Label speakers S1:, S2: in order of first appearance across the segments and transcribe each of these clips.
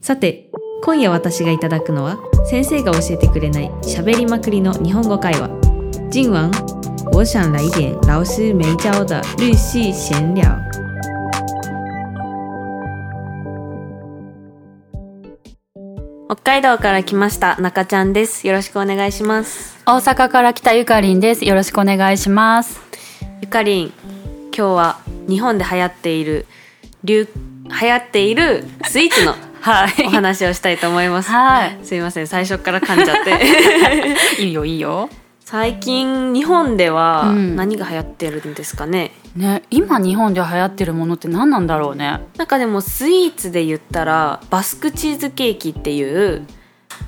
S1: さて今夜私がいただくのは先生が教えてくれない喋りまくりの日本語会話今晚我想来一点老师没教的日系闲聊北海道から来ました中ちゃんですよろしくお願いします
S2: 大阪から来たゆかりんです。よろしくお願いします。
S1: ゆかりん今日は日本で流行っている流流行っているスイーツの
S2: は
S1: お話をしたいと思います
S2: はい。
S1: すいません最初から噛んじゃって
S2: いいよいいよ。
S1: 最近日本では
S2: うん
S1: 何が流行ってるんですかね、
S2: ね、今日本で流行ってるものって何なんだろうね。
S1: なんかでもスイーツで言ったらバスクチーズケーキっていう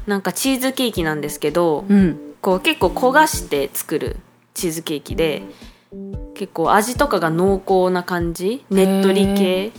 S1: なんかチーズケーキなんですけど、
S2: うん。
S1: こう結構焦がして作るチーズケーキで結構味とかが濃厚な感じねっとり系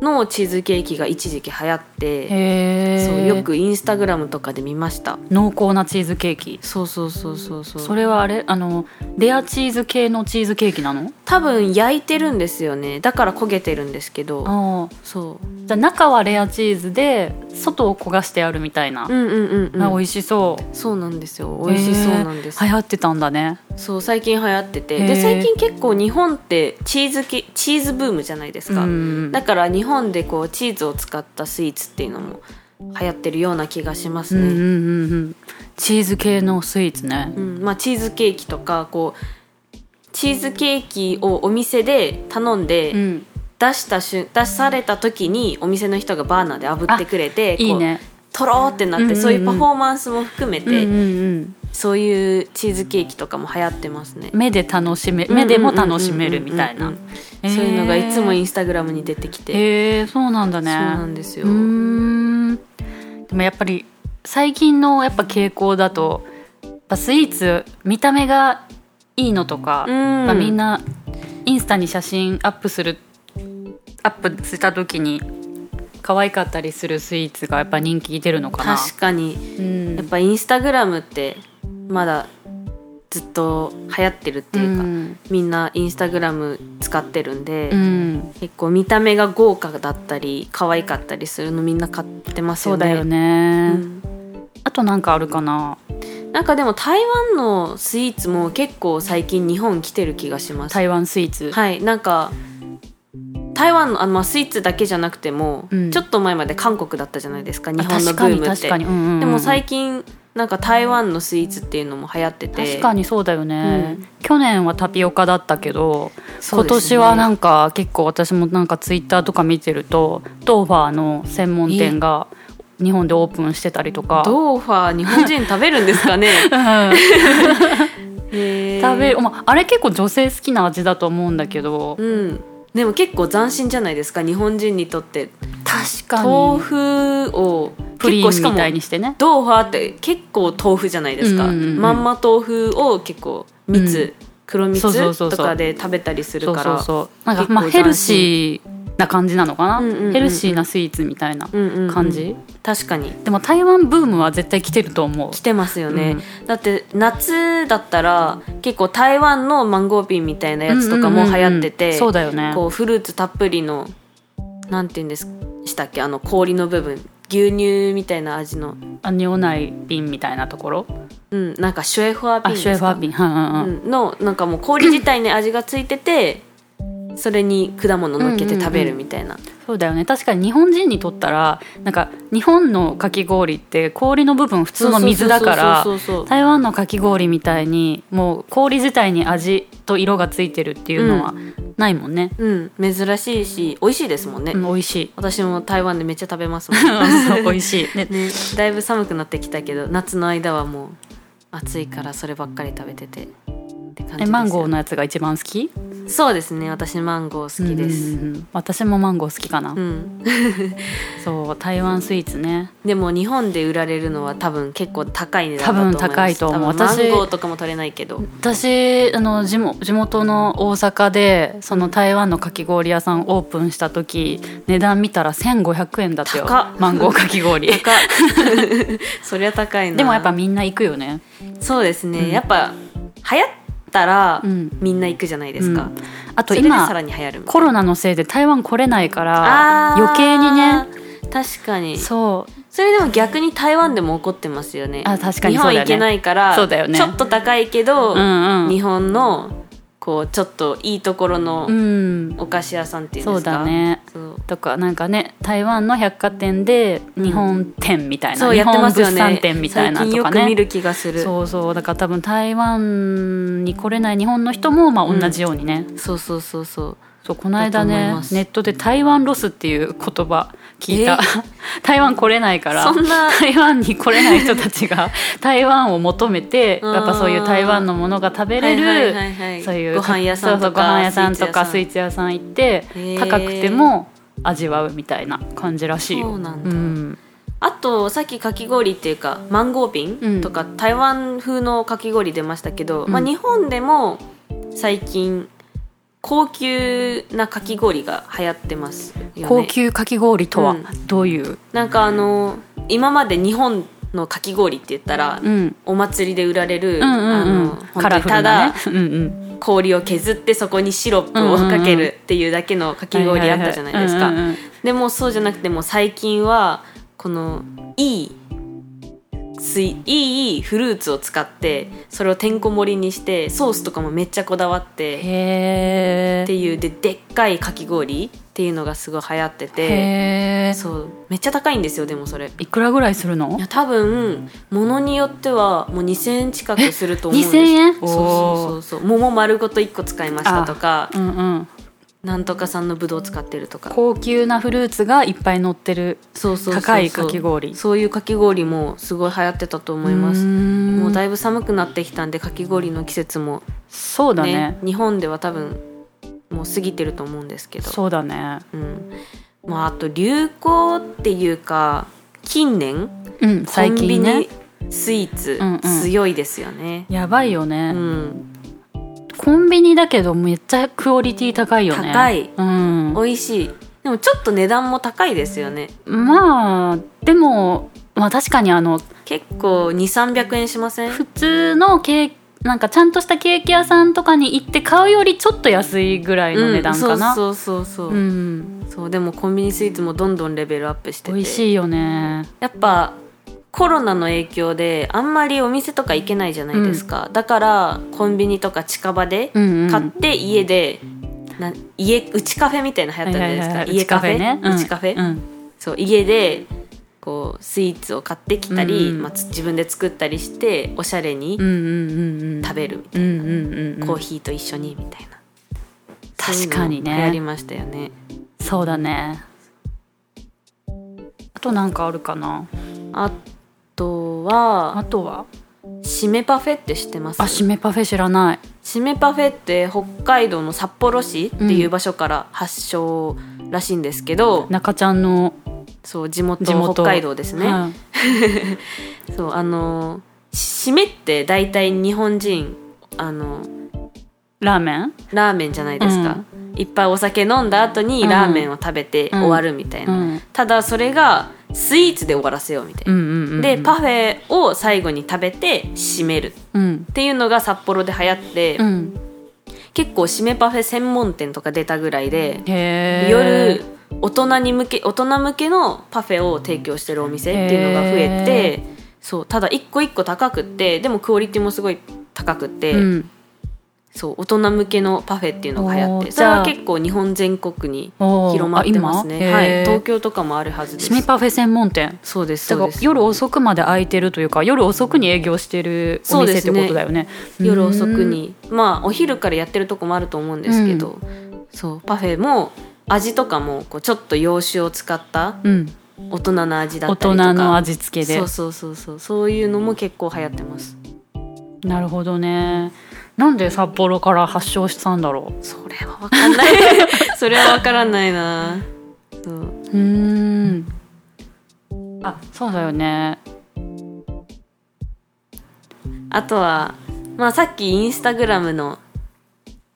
S1: のチーズケーキが一時期流行って
S2: へえ。
S1: そうよ。くインスタグラムとかで見ました
S2: 濃厚なチーズケーキ。
S1: そうそうそうそうそう
S2: それはあれあのレアチーズ系のチーズケーキなの？
S1: 多分焼いてるんですよねだから焦げてるんですけど
S2: ああ。
S1: そ
S2: じゃあ中はレアチーズで外を焦がしてあるみたいな。
S1: ううんうんうん、
S2: あ
S1: う
S2: 美
S1: ん、
S2: 味しそ
S1: そうなんですよ
S2: う。
S1: 美味しそうなんです、
S2: へえ流行ってたんだね。
S1: そう最近流行ってて
S2: へ
S1: で
S2: ー
S1: 最近結構日本ってチーズけチーズブームじゃないですか、
S2: うん
S1: だから日本でこうチーズを使ったスイーツっていうのも流行ってるような気がします
S2: うんうん
S1: ね、
S2: うんうん。チーズ系のスイーツね
S1: う。んまあ、チーズケーキとかこうチーズケーキをお店で頼んで、
S2: うん。
S1: 出した瞬出された時にお店の人がバーナーで炙ってくれて
S2: いいね。
S1: とろーってなって、
S2: うんうんうん
S1: そういうパフォーマンスも含め
S2: うん
S1: て、
S2: うんうん。
S1: そういうチーズケーキとかも流行ってますね。
S2: 目で楽しめ目でも楽しめるみたい
S1: うん
S2: な
S1: うんうんうんそういうのがいつもインスタグラムに出てきて、
S2: へえそうなんだ
S1: そうな
S2: ね
S1: んです
S2: う
S1: よ。
S2: ーんでもやっぱり最近のやっぱ傾向だとやっぱスイーツ見た目がいいのとか、やっぱみん
S1: な
S2: なインスタに写真アップするアップした時に可愛かったりするスイーツがやっぱ人気出るのかな
S1: 確かに
S2: うん
S1: やっぱインスタグラムってまだずっと流行ってるっていうか、
S2: うん
S1: みんなインスタグラム使ってるんで、
S2: うん
S1: 結構見た目が豪華だったり可愛かったりするのみんな買ってます
S2: そ
S1: よ
S2: う
S1: ね。
S2: だよね、
S1: うん
S2: あとなんかあるかな
S1: なんかでも台湾のスイーツも結構最近日本来てる気がします。
S2: 台湾スイーツ、
S1: はい、なんか台湾のあの、まあ、スイーツだけじゃなくても、
S2: うん
S1: ちょっと前まで韓国だったじゃないですか日
S2: あ
S1: 本の
S2: 確
S1: ブ
S2: か
S1: ーム
S2: に
S1: って
S2: 確。かに、うんうんうん
S1: でも最近なんか台湾のスイーツっていうのも流行ってて
S2: 確かにそうだよね、
S1: うん
S2: 去年はタピオカだったけど、
S1: そう
S2: 今
S1: ですね
S2: 年はなんか結構私もなんかツイッターとか見てるとドーファーの専門店が日本でオープンしてたりとか、
S1: ドーファー日本人食べるんですかね
S2: うん
S1: へー
S2: 食べる、まあ、あれ結構女性好きな味だと思うんだけど、
S1: うんでも結構斬新じゃないですか日本人にとって
S2: 確
S1: 豆腐を
S2: プリンみたい
S1: 結構
S2: にしてね
S1: ドーファーって結構豆腐じゃないですか、
S2: うんうんうん
S1: まんま豆腐を結構蜜、
S2: うん
S1: 黒
S2: そうそう
S1: 蜜
S2: そうそ
S1: と
S2: う
S1: かで食べたりす
S2: そ
S1: る
S2: う
S1: か
S2: そう
S1: ら
S2: そうなん
S1: 結
S2: か
S1: 構
S2: まあ
S1: 斬新
S2: ヘルシーな感じなのかな、
S1: うんうんうんうん
S2: ヘルシーなスイーツみたいな
S1: うんうんうん
S2: 感じ、
S1: 確かに
S2: でも台湾ブームは絶対来てると思う
S1: 来てますよね、だって夏だったら結構台湾のマンゴーピンみたいなやつとかも流行ってて、
S2: うんうんうんうんそうだよね
S1: こうフルーツたっぷりのなんて言うんですしたっけあの氷の部分牛乳みたいな味の
S2: あ尿内瓶みたいなところ
S1: うんなんかシュエファーピン
S2: あ
S1: です
S2: シ
S1: か
S2: ュエファー瓶はいはいはい
S1: うんのなんかもう氷自体に味がついててそれに果物乗っけて食べるみたいな、
S2: そうだよね確かに日本人にとったらなんか日本のかき氷って氷の部分普通の水だから
S1: そうそうそうそう
S2: 台湾のかき氷みたいにもう氷自体に味と色がついてるっていうのはないもんね、
S1: うん珍しいし美味しいですもんね、
S2: うん美味しい
S1: 私も台湾でめっちゃ食べますもん
S2: 美 味しい、ね、
S1: ね、だいぶ寒くなってきたけど夏の間はもう暑いからそればっかり食べててって感じで
S2: え
S1: す
S2: マンゴーのやつが一番好き
S1: そうですね私マンゴー好きで
S2: う
S1: す
S2: んうんうん私もマンゴー好きかな、
S1: うん、
S2: そう台湾スイーツね
S1: でも日本で売られるのは多分結構高い値段だと思います
S2: 多分高いと思う
S1: 多分マ
S2: 私
S1: ンゴーとかも取れないけど
S2: 私あの地元地元の大阪でその台湾のかき氷屋さんオープンした時値段見たら1500円だったよ
S1: 高っ
S2: マンゴーかき氷
S1: 高そりゃ高いな
S2: でもやっぱみんな行くよね
S1: そうですね、
S2: うん
S1: やっぱ流行ったら
S2: うん
S1: みんな行くじゃないですか、
S2: うんあと
S1: それでさ
S2: 今
S1: らに流行るみたいな
S2: コロナのせいで台湾来れないから
S1: あー
S2: 余計にね
S1: 確かにそ
S2: そう
S1: れでも逆に台湾でも起こってますよね
S2: あ確かに
S1: 日
S2: そ
S1: 本
S2: うだよね
S1: 行けないから
S2: そうだよね
S1: ちょっと高いけど、
S2: うんうん
S1: 日本のこうちょっといいところの
S2: うん
S1: お菓子屋さんっていうん
S2: そ
S1: で
S2: う
S1: すか、
S2: だね
S1: そう
S2: とかなんかね台湾の百貨店で日本店みたいな、
S1: そう
S2: 日
S1: やって
S2: 本
S1: ますよ
S2: 物
S1: ね
S2: 産店みたいな
S1: 最近
S2: と
S1: よ
S2: か
S1: く見
S2: ね
S1: る気がするそう
S2: そうそうだから多分台湾に来れない日本の人もま
S1: う
S2: あ
S1: ん
S2: 同じようにね、
S1: そうそうそうそう
S2: そうこの間
S1: だと思い
S2: ね
S1: ます
S2: ネットで台湾ロスっていう言葉聞いた
S1: え
S2: 台湾来れないから
S1: そんな
S2: 台湾に来れない人たちが 台湾を求めてやっぱそういう台湾のものが食べれる、
S1: はいはいはいはい
S2: そういう
S1: ご飯屋さん
S2: そうそう
S1: と
S2: ご
S1: か
S2: 飯屋さんとかスイーツ屋さん行って
S1: ー
S2: 高くても味わうみたいな感じらしいよ。
S1: そうなんだ
S2: ん
S1: あとさっきかき氷っていうかマンゴー
S2: う
S1: 瓶
S2: ん
S1: とか、台湾風のかき氷出ましたけど、
S2: うん
S1: まあ、日本でも最近高級なかき氷が流行ってますよね
S2: 高級かき氷とは
S1: うん
S2: どういう、
S1: なんかあの今まで日本のかき氷って言ったら、
S2: うん
S1: お祭りで売られる、
S2: うんうんう
S1: あの
S2: ん
S1: 本当に
S2: カラフル
S1: ただ
S2: なね。うんうん
S1: 氷を削ってそこにシロップをかけるっていうだけのかき氷あったじゃないですか
S2: はははうんうんうん
S1: でもそうじゃなくてもう最近はこのいいスイいいフルーツを使ってそれをてんこ盛りにしてソースとかもめっちゃこだわって
S2: へ
S1: って
S2: え
S1: いうででっかいかき氷っていうのがすごい流行ってて
S2: へえ
S1: そうめっちゃ高いんですよでもそれ
S2: いくらぐらいするの
S1: いや多分ものによってはもう2000円近くすると思うんです
S2: 2000円
S1: そうそうそうそう桃丸ごと1個使いましたとか
S2: うんうん
S1: なんとかさんのぶどう使ってるとか
S2: 高級なフルーツがいっぱい乗ってる
S1: そうそうそうそう
S2: 高いかき氷
S1: そういうかき氷もすごい流行ってたと思いますも
S2: も
S1: うだいぶ寒くなってきたんでかき氷の季節も
S2: そうだ
S1: ね
S2: ね
S1: 日本では多分もう過ぎてると思うんですけど
S2: そうだね
S1: うんまあ、あと流行っていうか近年
S2: うん最近
S1: コン
S2: ね
S1: ビニスイーツ
S2: うんうん
S1: 強いですよね、
S2: やばいよね、
S1: うん
S2: コンビニだけどめっちゃクオリティ高いよね
S1: 高い
S2: うん
S1: 美味しいでもちょっと値段も高いですよね
S2: まあでもまあ確かにあの
S1: 結構2300円しません
S2: 普通のケーキなんかちゃんとしたケーキ屋さんとかに行って買うよりちょっと安いぐらいの値段かな、
S1: うんそうそうそうそう,、
S2: うん
S1: そうでもコンビニスイーツもどんどんレベルアップしてて
S2: 美味しいよね
S1: やっぱコロナの影響であんまりお店とか行けないじゃないですか、だからコンビニとか近場で
S2: うんうん
S1: 買って家で、な家うちカフェみたいなの流行ったじゃないですか、
S2: はいはいはい
S1: 家カフェ
S2: ねうん
S1: うちカフェ、
S2: うん
S1: そう家でこうスイーツを買ってきたり、
S2: うんうん
S1: まあ、つ自分で作ったりしておしゃれに
S2: うんうんうんうん
S1: 食べるみたい
S2: うんうんうんうん
S1: な、コーヒーと一緒にみたいな
S2: 確かにね
S1: やりましたよね
S2: そうだねあとなんかあるかな
S1: あとは
S2: あとは
S1: 締めパフェって知ってます
S2: あしめパフェ知らない
S1: シメパフェって北海道の札幌市っていう場所から発祥らしいんですけど、
S2: 中ちゃんの
S1: そう地元
S2: 地元
S1: 北海道ですね、
S2: はい
S1: そうあの締めって大体日本人あの
S2: ラーメン
S1: ラーメンじゃないですか、いっぱいお酒飲んだ後に
S2: うん
S1: ラーメンを食べて終わるみたいな、
S2: うん
S1: ただそれがスイーツで終わらせようみたいな、
S2: うんうん
S1: でパ
S2: フ
S1: フェを最後に食べて締めるっ
S2: うん
S1: ていうのが札幌で流行って、
S2: うん
S1: 結構締めパフェ専門店とか出たぐらいで
S2: へえ
S1: 夜大人に向け大人向けのパフェを提供してるお店っていうのが増え
S2: へ
S1: てそうただ一個一個高くってでもクオリティもすごい高くって、
S2: うん
S1: そう大人向けのパフェっていうのが流行っ
S2: お
S1: て
S2: ー
S1: それは
S2: じゃあ
S1: 結構日本全国に
S2: おー
S1: 広まってます
S2: あ
S1: ね、
S2: 今
S1: は
S2: へ
S1: い、
S2: ー
S1: 東京とかもあるはずです
S2: しめパフェ専門店
S1: そうですそ
S2: だ
S1: う
S2: から
S1: です
S2: 夜遅くまで開いてるというか夜遅くに営業してるお店ってことだよね
S1: 夜遅くにまあお昼からやってるとこもあると思うんですけど、そうパフェも味とかもこうちょっと洋酒を使った
S2: うんうん
S1: 大人の味だ
S2: 大
S1: ったり
S2: 人
S1: とか
S2: の味付けで
S1: そうそうそうそうそういうのも結構流行ってます
S2: なるほどねなんで札幌から発祥したんだろ
S1: それは分かんない それは分からないなそう
S2: ううーんあそうだよね
S1: あとはまあさっきインスタグラムの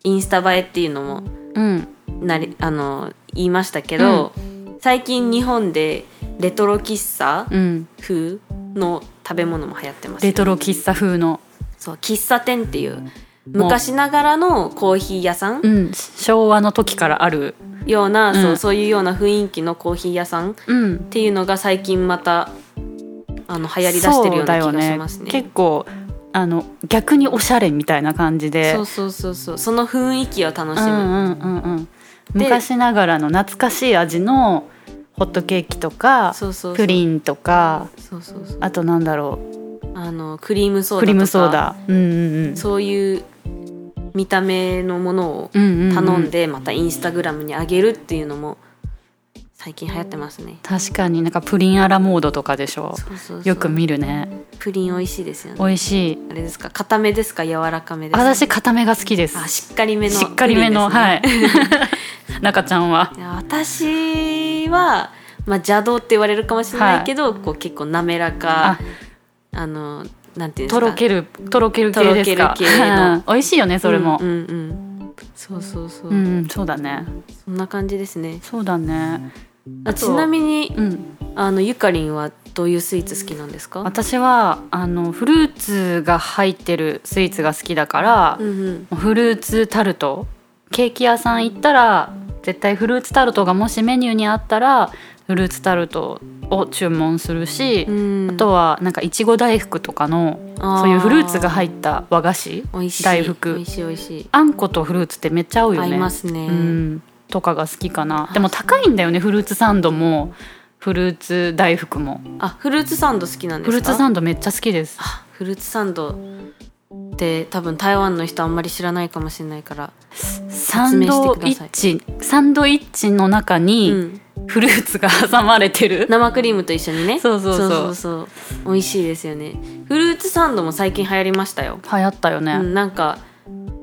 S1: インスタ映えっていうのも
S2: うん
S1: なりあの言いましたけど、最近日本でレトロ喫茶
S2: うん
S1: 風の食べ物も流行ってます
S2: レトロ喫茶風の、
S1: そう喫茶店っていう昔ながらのコーヒー屋さん
S2: うん、昭和の時からある
S1: ような、
S2: うん
S1: そうそういうような雰囲気のコーヒー屋さんっ
S2: うん
S1: ていうのが最近またあの流行りだしてるような気
S2: そう
S1: が
S2: だよ
S1: しますね。
S2: 結構あの逆におしゃれみたいな感じで
S1: そうそうそうそうその雰囲気を楽し
S2: う
S1: む。
S2: んうんうんうん
S1: で
S2: 昔ながらの懐かしい味のホットケーキとか
S1: そうそうそう
S2: プリンとか
S1: そうそうそう
S2: あとなんだろ
S1: あのクリームソーダとか
S2: うクリームソーダうんうんうん
S1: そういう見た目のものを
S2: うんうんうん
S1: 頼んでまたインスタグラムにあげるっていうのも最近流行ってますね。
S2: 確かになんかプリンアラモードとかでしょ
S1: そうそうそう
S2: よく見るね
S1: プリン美味しいですよね。
S2: 美味しい
S1: あれですか固めですか柔らかめですか。
S2: 私固めが好きです
S1: あしっかりめの
S2: しっかりめの、
S1: プリンですね
S2: はい 中ちゃんはい
S1: や私は、まあ、邪道って言われるかもしれないけど、こう結構滑らか
S2: あ
S1: あのなんていうんですか
S2: とろけるとろける系ですか
S1: とろける系の
S2: うん美味しいよねそれも
S1: うんうんうんそうそうそう、
S2: うん、そうだね
S1: そんな感じですね
S2: そうだね
S1: あ
S2: あと
S1: ちなみに
S2: うん
S1: あのゆかりんはどういうスイーツ好きなんですか
S2: 私はあのフルーツが入ってるスイーツが好きだから
S1: う、んうん
S2: フルーツタルトケーキ屋さん行ったら絶対フルーツタルトがもしメニューにあったらフルーツタルトを注文するし、
S1: うん
S2: あとはなんかいちご大福とかの
S1: あー
S2: そういうフルーツが入った和菓子
S1: 美味しい
S2: 大福
S1: 美味しい美味しい
S2: あんことフルーツってめっちゃ合うよ
S1: 合
S2: ね
S1: いますね、
S2: うん、とかが好きかなでも高いんだよねフルーツサンドもフルーツ大福も
S1: あフルーツサンド好きなんで
S2: フ
S1: すか
S2: ルーツサンドめっちゃ好きです
S1: あフルーツサンドって多分台湾の人あんまり知らないかもしれないから、
S2: サンドイッチサンドイッチの中
S1: う
S2: に
S1: ん
S2: フルーツが挟まれて る、
S1: 生クリームと一緒にね
S2: そうそうそう
S1: そうそうそう美味しいですよねフルーツサンドも最近流行りましたよ、
S2: 流行ったよね、
S1: うん、なんか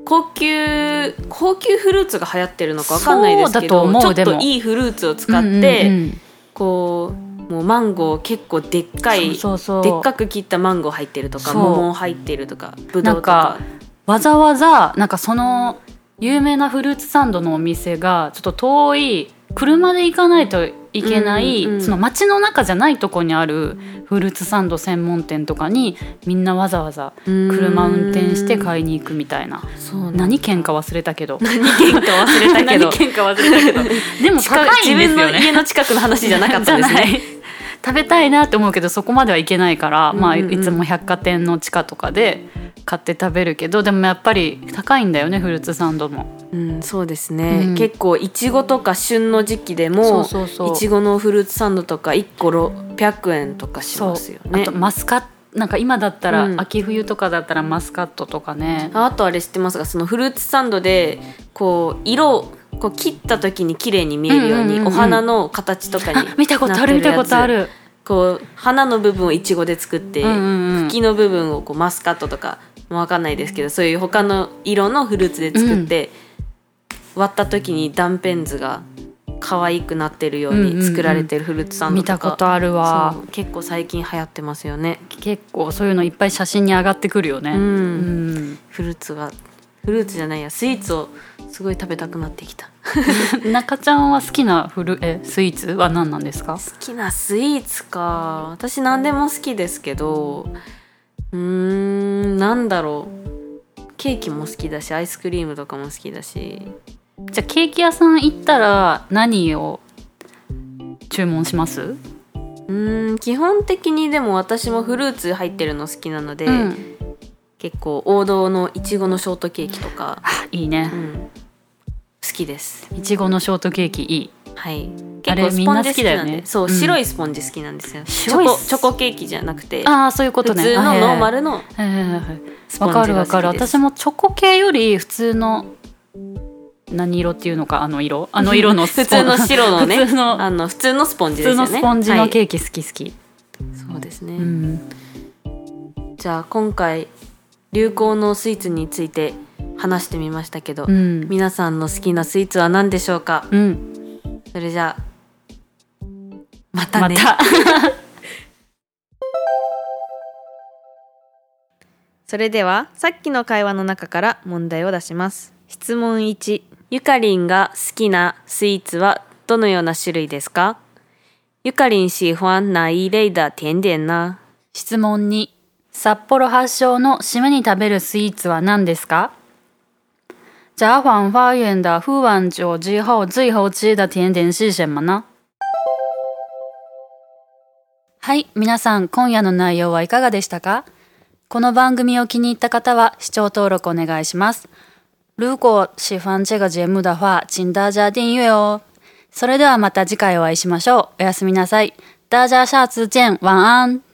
S1: 高級高級フルーツが流行ってるのかわかんないですけど
S2: そうだと思う
S1: ちょっ
S2: で
S1: と
S2: も
S1: いいフルーツを使って、
S2: うんうんうん
S1: こうもうマンゴー結構でっかい
S2: そうそう
S1: で
S2: そう
S1: っかく切ったマンゴー入ってるとか
S2: そう
S1: 桃入ってるとかぶど
S2: な
S1: うんとか
S2: かわざわざなんかその有名なフルーツサンドのお店がちょっと遠い車で行かないといけな
S1: うん
S2: い、
S1: うんうん
S2: その街の中じゃないとこにあるフルーツサンド専門店とかにみんなわざわざ車運転して買いに行くみたいな
S1: そうなんだ
S2: 何県か忘れたけど
S1: 何県か忘れたけ ど
S2: 何県か忘れたけどでも 高いんです
S1: 自分
S2: よ
S1: の
S2: ね
S1: 家の近くの話じゃなかったです
S2: じゃな
S1: ね
S2: い食べたいなって思うけどそこまではいけないから、まあ、
S1: うんうんうん
S2: いつも百貨店の地下とかで買って食べるけどでもやっぱり高いんだよねフルーツサンドも。
S1: うん、そうですね、
S2: うん
S1: 結構いちごとか旬の時期でも
S2: そうそうそう
S1: ちごのフルーツサンドとか1個600円とかし
S2: そう
S1: ますよね
S2: あとマスカットなんか今だったら、
S1: うん
S2: 秋冬とかだったらマスカットとかね。
S1: ああとあれ知ってますかそのフルーツサンドでこう色をこう切った時に綺麗に見えるように、
S2: うんうんうんうん
S1: お花の形とかに
S2: あ見たことある見たことあ
S1: なってや
S2: る。
S1: つこう花の部分をいちごで作って、
S2: うんうんうん
S1: 茎の部分をこうマスカットとかわかんないですけどそういう他の色のフルーツで作って、割った時に断片図が可愛くなってるように作られてるフルーツサンド
S2: 見
S1: とか、
S2: たことあるわ
S1: そう結構最近流行ってますよね
S2: 結構そういうのいっぱい写真に上がってくるよね。
S1: うん
S2: うん
S1: フルーツがフルーツじゃないやスイーツをすごい食べたくなってきた好
S2: 中ちゃんは好きなフルえスイーツは何なんですか？
S1: きなスイーツか私何でも好きですけどうーんなんだろうケーキも好きだしアイスクリームとかも好きだし
S2: じゃあケーキ屋さん行ったら何を注文します？
S1: うーん基本的にでも私もフルーツ入ってるの好きなので、
S2: うん
S1: 結構王道のいちごのショートケーキと か、
S2: あいいね
S1: う。ん、好きです
S2: いちごのショートケーキいい。
S1: はい結
S2: あれ
S1: 構スポンジ好きなん
S2: みんな好きだよ
S1: で、
S2: ね
S1: そう、
S2: うん
S1: 白いスポンジ好きなんですよチ
S2: 白
S1: ョ
S2: い
S1: コ
S2: ス
S1: チョコケーキじゃなくて
S2: ああそういうことね。
S1: 普通のノーマ
S2: ル。
S1: ルの
S2: はいはいはいはい
S1: スポ
S2: わ
S1: ンジが好きです
S2: かるわかる。私もチョコ系より普通の何色っていうのかあ の色あの色の
S1: 普
S2: スポ
S1: 通
S2: ン
S1: の白のね
S2: 普通の
S1: あの普通のスポンジ
S2: 普
S1: です
S2: 通
S1: よね
S2: のスポンジの
S1: ー
S2: ケーキ好き好き。
S1: キ、そうですね、
S2: うん。
S1: じゃあ今回流行のスイーツについて話してみましたけど、
S2: うん。
S1: 皆さんの好きなスイーツは何でしょうか
S2: うん。
S1: それじゃあまた
S2: ま
S1: ね
S2: た。
S1: それではさっきの会話の中から問題を出します質問1ゆかりんが好きなスイーツはどのような種類ですかゆかりん喜欢哪一类的甜点呢
S2: 質問2札幌発祥の締めに食べるスイーツは何ですか甲谎花园的喝完酒之后，最后吃的甜点是什么呢？はい、皆さん、今夜の内容はいかがでしたかこの番組を気に入った方は視聴登録お願いします。如果喜欢这个节目的话，请大家订阅哦。それではまた次回お会いしましょう。おやすみなさい。大家下次见。晚安。